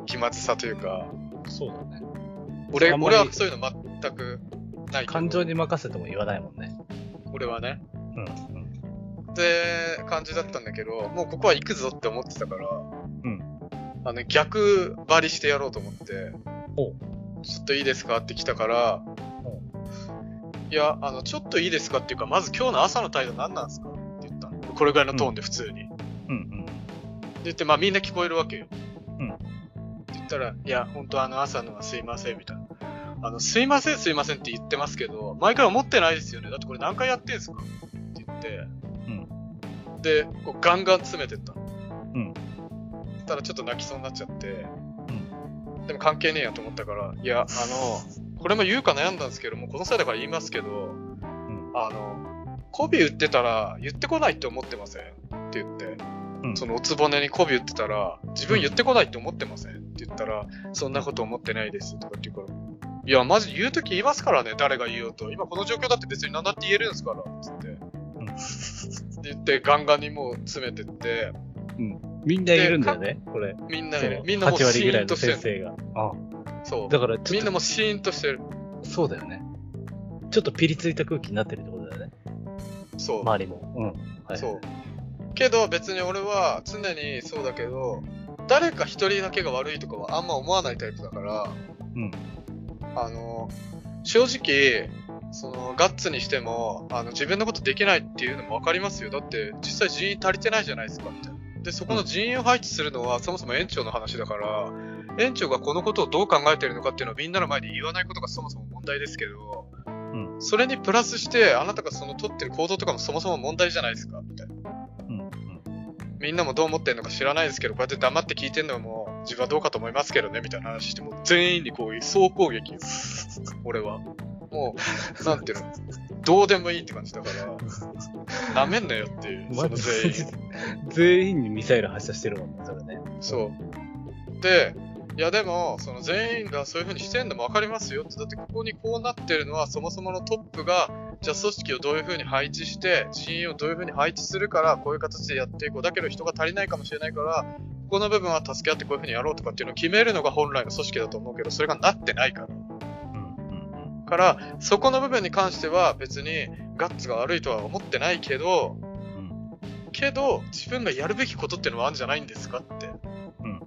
S4: うん
S5: 気まずさというか、
S4: うん。そうだね。
S5: 俺
S4: あんま
S5: 俺
S4: り
S5: はそういうの全くないけど
S4: 感情に任せても言わないもんね。
S5: 俺はね。
S4: うんうん。
S5: って感じだったんだけど、もうここは行くぞって思ってたから、
S4: うん
S5: あの逆張りしてやろうと思って、
S4: おう
S5: ちょっといいですかって来たから、いや、あの、ちょっといいですかっていうか、まず今日の朝の態度何なんですかって言ったのこれぐらいのトーンで普通に。
S4: うん
S5: で言って、まあみんな聞こえるわけよ。
S4: うん
S5: って言ったら、いや、本当あの朝のはすいません、みたいな。あの、すいません、すいませんって言ってますけど、毎回思ってないですよね。だってこれ何回やってんすかって言って、で、こうガンガン詰めてったの。
S4: うん
S5: そしたらちょっと泣きそうになっちゃって、でも関係ねえやと思ったから、いや、あの、これも言うか悩んだんですけど、もうこの際だから言いますけど、あの、媚び売ってたら言ってこないって思ってませんって言って、
S4: うん
S5: そのおつぼねに媚び売ってたら、自分言ってこないって思ってませんって言ったら、そんなこと思ってないですとかって言うから、いや、マジ言うとき言いますからね、誰が言おうと。今この状況だって別に何だって言えるんですから、つって。って言って、ガンガンにもう詰めてって、
S4: うん。みんないるんだよね、これ。
S5: みんな
S4: そ
S5: ね
S4: の、
S5: みんなもう
S4: 8割
S5: シ
S4: ぐら
S5: ー
S4: い
S5: ンと
S4: の
S5: して
S4: 先
S5: る。
S4: 生が。あ
S5: そ
S4: だから、
S5: う。
S4: ちょ
S5: み
S4: っ
S5: んなもうシーンとしてる。
S4: と、そうだよね。ちょっとピリついた空気になってるってことだよね。
S5: そう。
S4: 周りも。うん。はい。
S5: そう。けど別に俺は常にそうだけど、誰か一人だけが悪いとかはあんま思わないタイプだから、
S4: うん
S5: あの、正直、そのガッツにしてもあの自分のことできないっていうのも分かりますよだって実際人員足りてないじゃないですかみたいなでそこの人員を配置するのはそもそも園長の話だから園長がこのことをどう考えてるのかっていうのをみんなの前で言わないことがそもそも問題ですけど、
S4: ん
S5: それにプラスしてあなたがその取ってる行動とかもそもそも問題じゃないですかみたいな
S4: うん。うん。
S5: みんなもどう思ってんのか知らないですけど、こうやって黙って聞いてんのも、自分はどうかと思いますけどね、みたいな話して、もう全員にこういう総攻撃よ。俺は。もう、なんていうの、どうでもいいって感じだから、なめんなよっていう、その全員。
S4: 全員にミサイル発射してるもんね、それね。
S5: そう。で、いやでも、その全員がそういう風にしてんのもわかりますよって、だってここにこうなってるのは、そもそものトップが、じゃあ組織をどういう風に配置して、人員をどういう風に配置するから、こういう形でやっていこう。だけど人が足りないかもしれないから、ここの部分は助け合ってこういう風にやろうとかっていうのを決めるのが本来の組織だと思うけど、それがなってないから。
S4: うん。うん。
S5: から、そこの部分に関しては別にガッツが悪いとは思ってないけど、
S4: うん
S5: けど、自分がやるべきことってのはあるんじゃないんですかって。
S4: うん。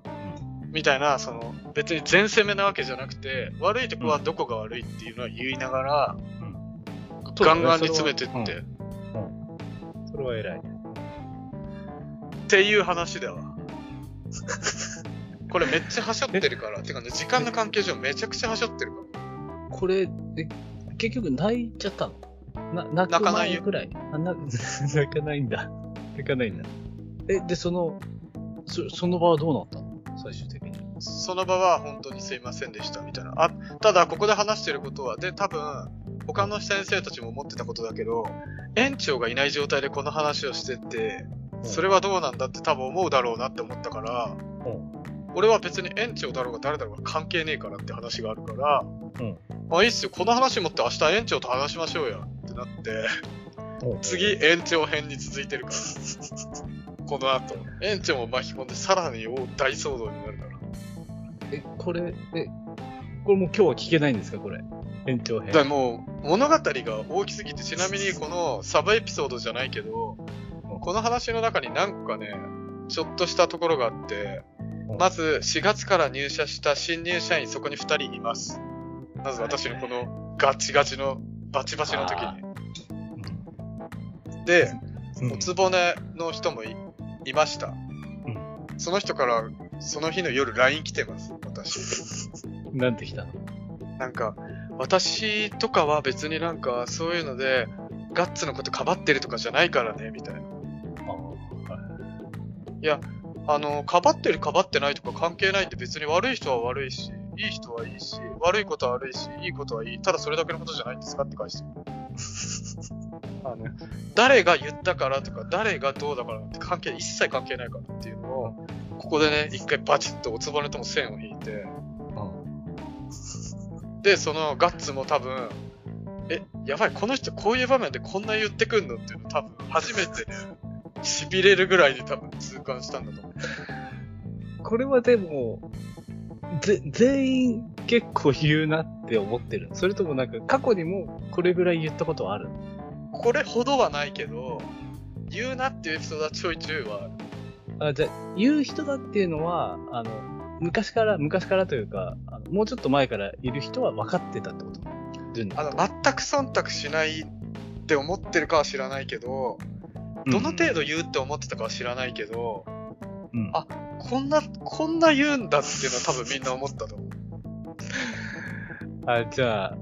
S5: みたいな、その、別に全攻めなわけじゃなくて、悪いとこはどこが悪いっていうのは言いながら、
S4: そう
S5: ガ
S4: だね
S5: ンガンに詰めてって、
S4: それはそれは偉い。
S5: っていう話 だわ。これめっちゃはしょってるから、てかね、時間の関係上めちゃくちゃはしょってるか
S4: これ、え結局泣いちゃったのな泣
S5: 泣
S4: く
S5: かない
S4: 前
S5: よ
S4: ぐらいあな 泣かないんだ。泣かないんだ。え、で、その、そその場はどうなったの最終的に。
S5: ら。その場は本当にすいませんでした、みたいな。あ、ただここで話してることは、で、多分、他の先生たちも思ってたことだけど、園長がいない状態でこの話をしてて、それはどうなんだって多分思うだろうなって思ったから、
S4: うん
S5: 俺は別に園長だろうが誰だろうが関係ねえからって話があるから、
S4: うん
S5: あいいっすよこの話持って明日園長と話しましょうやってなって次園長編に続いてるから この後園長も巻き込んでさらに大騒動になるから
S4: え、これ、え、これもう今日は聞けないんですかこれ。延長編
S5: だか。らもう物語が大きすぎてちなみにこのサブエピソードじゃないけど
S4: うん
S5: この話の中に何個かねちょっとしたところがあって
S4: うん
S5: まず4月から入社した新入社員そこに2人いますまず私のこのガチガチのバチバチの時
S4: あ
S5: にで
S4: うん
S5: おつぼねの人もいいました、
S4: ん
S5: その人からその日の夜 LINE 来てます私
S4: なんてきたの
S5: なんか私とかは別になんかそういうのでガッツのことかばってるとかじゃないからねみたいな
S4: ああ、はい
S5: あのかばってるかばってないとか関係ないって別に悪い人は悪いしいい人はいいし悪いことは悪いしいいことはいいただそれだけのことじゃないんですかって 返してくるあの誰が言ったからとか誰がどうだからって関係一切関係ないからっていうのをここでね一回バチッとおつばねとも線を引いてでそのガッツも多分えやばいこの人こういう場面でこんな言ってくんのっていうの多分初めてしびれるぐらいに多分痛感したんだと思う
S4: これはでも、ぜ、全員結構言うなって思ってる。それともなんか過去にもこれぐらい言ったことはある
S5: これほどはないけど言うなっていうエピソードはちょいちょいは
S4: あじゃあ言う人だっていうのはあの昔から昔からというかあのもうちょっと前からいる人は分かってたってこと順
S5: あの全く忖度しないって思ってるかは知らないけどどの程度言うって思ってたかは知らないけど、
S4: うんうん
S5: あこんなこんな言うんだっていうのは多分みんな思ったと思う
S4: あじゃあ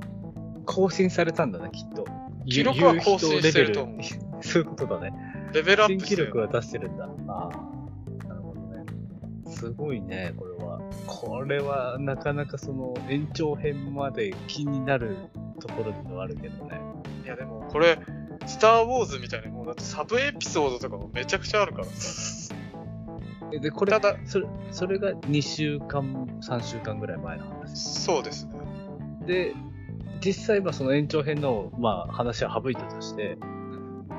S4: 更新されたんだねきっと
S5: 記録は更新してると思う
S4: 言う人レベル そういうことだね
S5: レベルアッ
S4: 新
S5: プして
S4: 記
S5: る
S4: 録は出してるんだああなるほどねすごいねこれはこれはなかなかその延長編まで気になるところではあるけどね
S5: いやでもこれ「スター・ウォーズ」みたいにもうだってサブエピソードとかもめちゃくちゃあるからさ
S4: えでこれ
S5: ただ
S4: それそれが2週間3週間ぐらい前の話
S5: そうですね
S4: で実際はその延長編の、まあ、話は省いたとして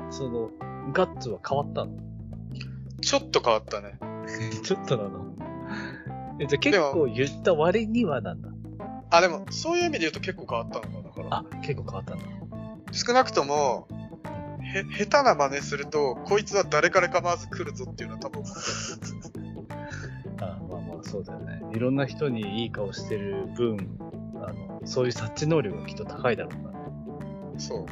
S4: そのガッツは変わったの
S5: ちょっと変わったね
S4: ちょっとなのえじゃあ結構言った割にはなんだ
S5: あでもそういう意味で言うと結構変わったのかだから
S4: あ結構変わったんだ
S5: 少なくともへ下手な真似するとこいつは誰から構わず来るぞっていうのは多分思って
S4: あまあまあそうだよねいろんな人にいい顔してる分あのそういう察知能力がきっと高いだろうな
S5: るそ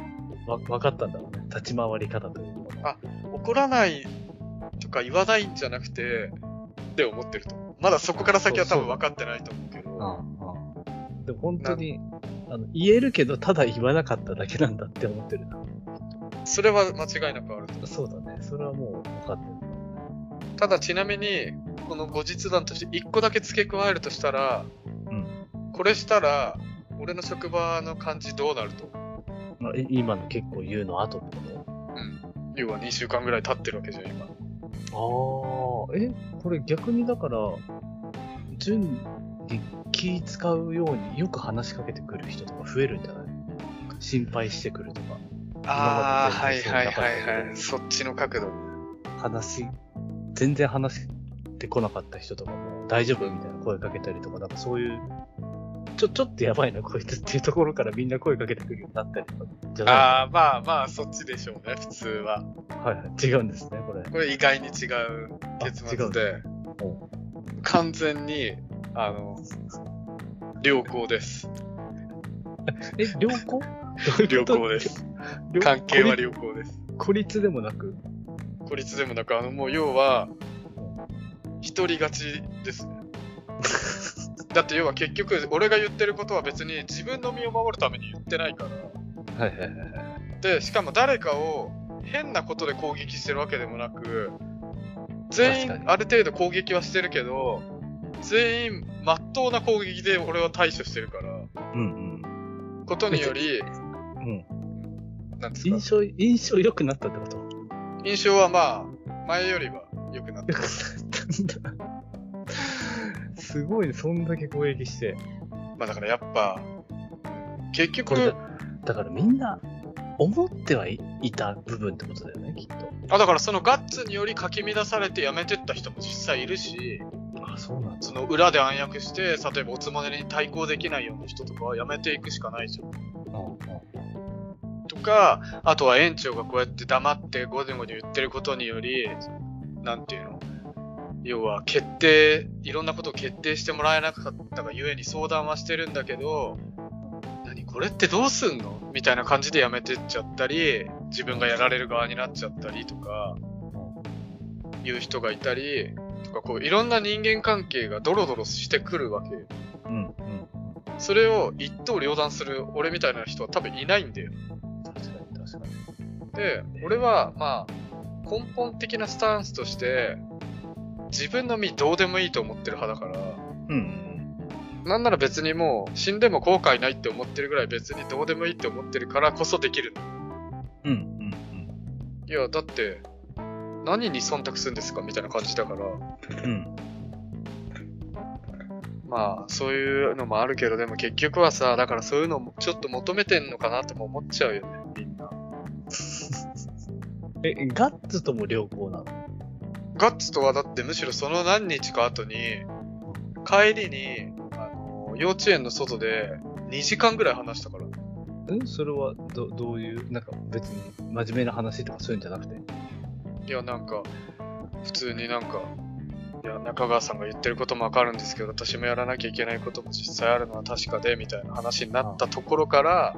S5: う
S4: わ分かったんだろうね立ち回り方というもの
S5: あ怒らないとか言わないんじゃなくてって思ってると思うまだそこから先は多分分かってないと思うけど
S4: でも本当にあの言えるけどただ言わなかっただけなんだって思ってるな
S5: それは間違いなくあると思
S4: そうだね。それはもう分かってる。
S5: うただちなみにこの後日談として1個だけ付け加えるとしたら、
S4: うん
S5: これしたら俺の職場の感じどうなると思う
S4: まあ、え今の結構言うの後ってこ
S5: 要は2週間ぐらい経ってるわけじゃん今
S4: とああ、え、これ逆にだから、純に気使うようによく話しかけてくる人とか増えるんじゃない心配してくるとか、
S5: ああ
S4: 今ま
S5: は
S4: で
S5: い
S4: 全然
S5: はい
S4: な
S5: は
S4: かったけど
S5: いはいそっちの角度
S4: 話、全然話してこなかった人とかも大丈夫みたいな声かけたりとか、なんかそういう、ちょ、ちょっとやばいな、こいつっていうところからみんな声かけてくるようになったりとか、じゃない
S5: ああまあまあそっちでしょうね普通は
S4: はいはい、違うんですね、これ。
S5: これ意外に違う
S4: あ
S5: 結
S4: 違
S5: 末
S4: う
S5: で完全にあの良好です
S4: え、良 好
S5: 良好です
S4: 良
S5: 関係は良好です
S4: 孤立でもなく。
S5: 孤立でもなくあのもう要は一人勝ちです ねだって要は結局俺が言ってることは別に自分の身を守るために言ってないから
S4: はいはいはいはい。
S5: でしかも誰かを変なことで攻撃してるわけでもなく全員
S4: 確かに
S5: ある程度攻撃はしてるけど全員真っ当な攻撃で俺は対処してるから
S4: うん
S5: ことにより
S4: うん。うん、
S5: なんですか
S4: 印象、印象良くなったってこと
S5: 印象はまあ前よりは良くなって
S4: すごいね、そんだけ攻撃して。
S5: まあだからやっぱ結
S4: これ
S5: 局
S4: だ、だからみんな、思ってはい、いた部分ってことだよね、きっと。
S5: あだからそのガッツによりかき乱されて辞めてった人も実際いるし
S4: あ、そうなん
S5: その裏で暗躍して例えばおつまねに対抗できないような人とかは辞めていくしかないじゃんとか、あとは園長がこうやって黙ってゴデゴデ言ってることにより、なんていうの要は決定、いろんなことを決定してもらえなかったがゆえに相談はしてるんだけど、何これってどうすんのみたいな感じでやめてっちゃったり、自分がやられる側になっちゃったりとか、いう人がいたり、とかこういろんな人間関係がドロドロしてくるわけよ。
S4: うん、うん。
S5: それを一刀両断する俺みたいな人は多分いないんだよ。
S4: 確かに、確かに。
S5: で、俺はまあ根本的なスタンスとして、自分の身どうでもいいと思ってる派だから、
S4: うん、
S5: なんなら別にもう死んでも後悔ないって思ってるぐらい別にどうでもいいって思ってるからこそできるの。
S4: うん、うん、うん
S5: いや、だって、何に忖度するんですかみたいな感じだから。
S4: うん。うん。
S5: まあ、そういうのもあるけど、でも結局はさ、だからそういうのもちょっと求めてんのかなとも思っちゃうよね、みんな。
S4: え、ガッツとも良好なの
S5: ガッツとはだってむしろその何日か後に、帰りに、あの、幼稚園の外で2時間ぐらい話したから。
S4: えそれはどどういうなんか別に真面目な話とかそういうんじゃなくて
S5: いや、なんか、普通になんか、いや、中川さんが言ってることもわかるんですけど、私もやらなきゃいけないことも実際あるのは確かで、みたいな話になったところから、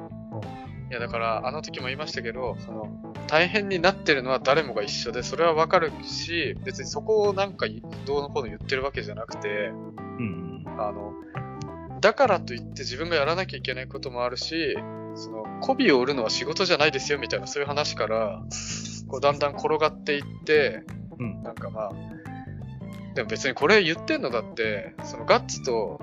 S5: いや、だから、あの時も言いましたけど、その、大変になってるのは誰もが一緒で、それはわかるし、別にそこをなんか、どうのこうの言ってるわけじゃなくて、
S4: うん
S5: あの、だからといって自分がやらなきゃいけないこともあるし、その、媚びを売るのは仕事じゃないですよみたいなそういう話から、こうだんだん転がっていって、
S4: うん
S5: なんかまあ、でも別にこれ言ってんのだって、そのガッツと、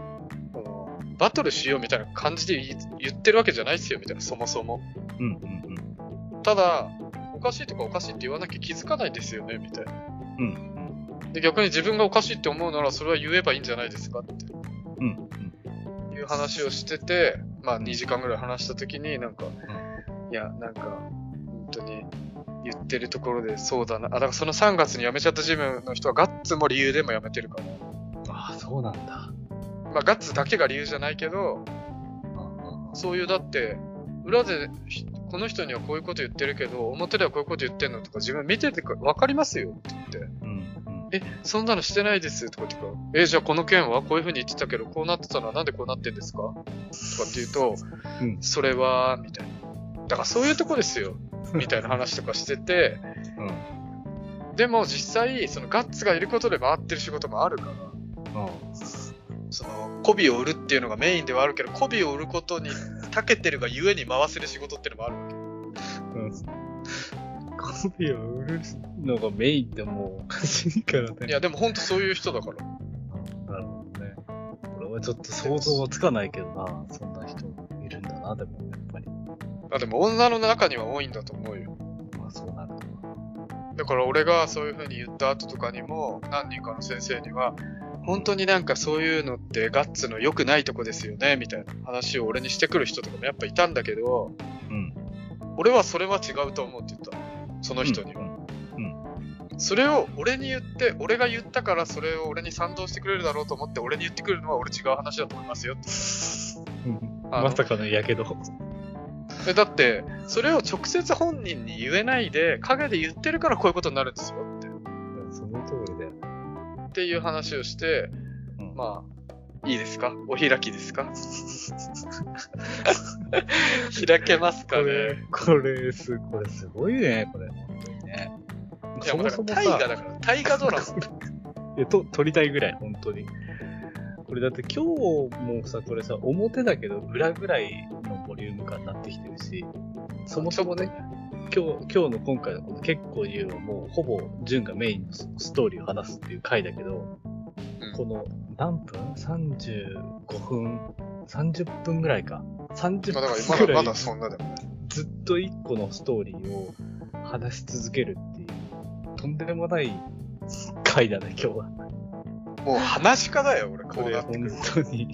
S5: このバトルしようみたいな感じで言い言ってるわけじゃないですよみたいな、そもそも。
S4: うんうんうん
S5: ただ、おかしいとかおかしいって言わなきゃ気づかないですよねみたいな。
S4: うんうん
S5: で、逆に自分がおかしいって思うならそれは言えばいいんじゃないですかって。
S4: うんうん
S5: いう話をしてて、まあ2時間ぐらい話した時に、なんか、いや、なんか、本当に言ってるところでそうだな。あ、だからその3月に辞めちゃったジムの人はガッツも理由でも辞めてるから。
S4: ああそうなんだ
S5: まあガッツだけが理由じゃないけど、そういうだって、裏でひこの人にはこういうこと言ってるけど、表ではこういうこと言ってんのとか自分見ててかわかりますよって言って。
S4: うんうん
S5: え、そんなのしてないですとか言ってから、え、じゃあこの件はこういうふうに言ってたけど、こうなってたのはなんでこうなってんですかとかって言うと、
S4: うん
S5: それは、みたいな。だからそういうとこですよ、みたいな話とかしてて、
S4: うん
S5: でも実際、そのガッツがいることで回ってる仕事もあるから、その、媚びを売るっていうのがメインではあるけど、媚びを売ることに長けてるがゆえに回せる仕事っていうのもあるわけ。
S4: うんコピーを売るのがメインってもうお かしいからね
S5: いや、でもほんとそういう人だから。
S4: なるほどねこれはちょっと想像はつかないけどなそんな人いるんだなでもやっぱり
S5: あでも女の中には多いんだと思うよ。
S4: まあそうなると
S5: だから俺がそういう風に言った後とかにも何人かの先生には本当になんかそういうのってガッツの良くないとこですよねみたいな話を俺にしてくる人とかもやっぱいたんだけど
S4: うん
S5: 俺はそれは違うと思うって言ったその人には、それを俺に言って俺が言ったからそれを俺に賛同してくれるだろうと思って俺に言ってくるのは俺違う話だと思いますよって
S4: うん
S5: あの
S4: まさかのやけど
S5: えだってそれを直接本人に言えないで陰で言ってるからこういうことになるんですよって
S4: その通りだよ
S5: っていう話をして、
S4: うん
S5: まあ、いいですかお開きです か開けます
S4: こ
S5: か
S4: れ
S5: ね。、
S4: これす、これすごいね、これ。本当にね。
S5: いや、もうだから大河だから、大河ド ラマ。
S4: いやと撮りたいぐらい、本当に。これだって今日もさ、これさ、表だけど裏ぐらいのボリューム感になってきてるし、そもそもね、今日、今日の今回のこの結構言うはもうほぼ純がメインのストーリーを話すっていう回だけど、
S5: うん
S4: この何分 ?35 分 ?30 分ぐらいか。30
S5: まあだから、
S4: 分
S5: まだ
S4: ぐらい。
S5: まだそんなでもない。
S4: ずっと一個のストーリーを話し続けるっていう、とんでもない回だね、今日は。
S5: もう話し家だよ、俺、こ
S4: こ
S5: う
S4: れ、
S5: なって
S4: 本
S5: くる。
S4: 当に。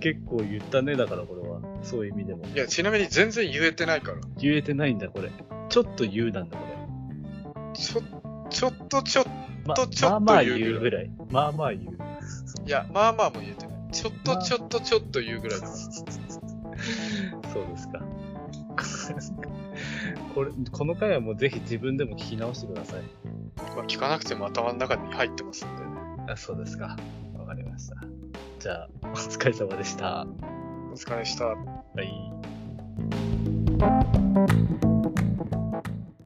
S4: 結構言ったね、だからこれは。そういう意味でも。
S5: いや、ちなみに全然言えてないから。
S4: 言えてないんだ、これ。ちょっと言うなんだ、これ。
S5: ちょ、ちょっとちょっ
S4: ま
S5: とち
S4: ま
S5: ょ
S4: あ
S5: っ
S4: まあ
S5: と
S4: 言
S5: 言
S4: う
S5: う
S4: ぐ
S5: ぐ
S4: らい。まあまあ言う。
S5: いや、まあまあも言えてない。ちょっと
S4: まあ
S5: ちょっとちょっと言うぐらいだから。
S4: そうですか。これ、この回はもうぜひ自分でも聞き直してください。
S5: まあ、聞かなくても頭の中に入ってますんでね。
S4: あそうですか。わかりました。じゃあ、お疲れ様でした。は
S5: お疲れした。
S4: い。した。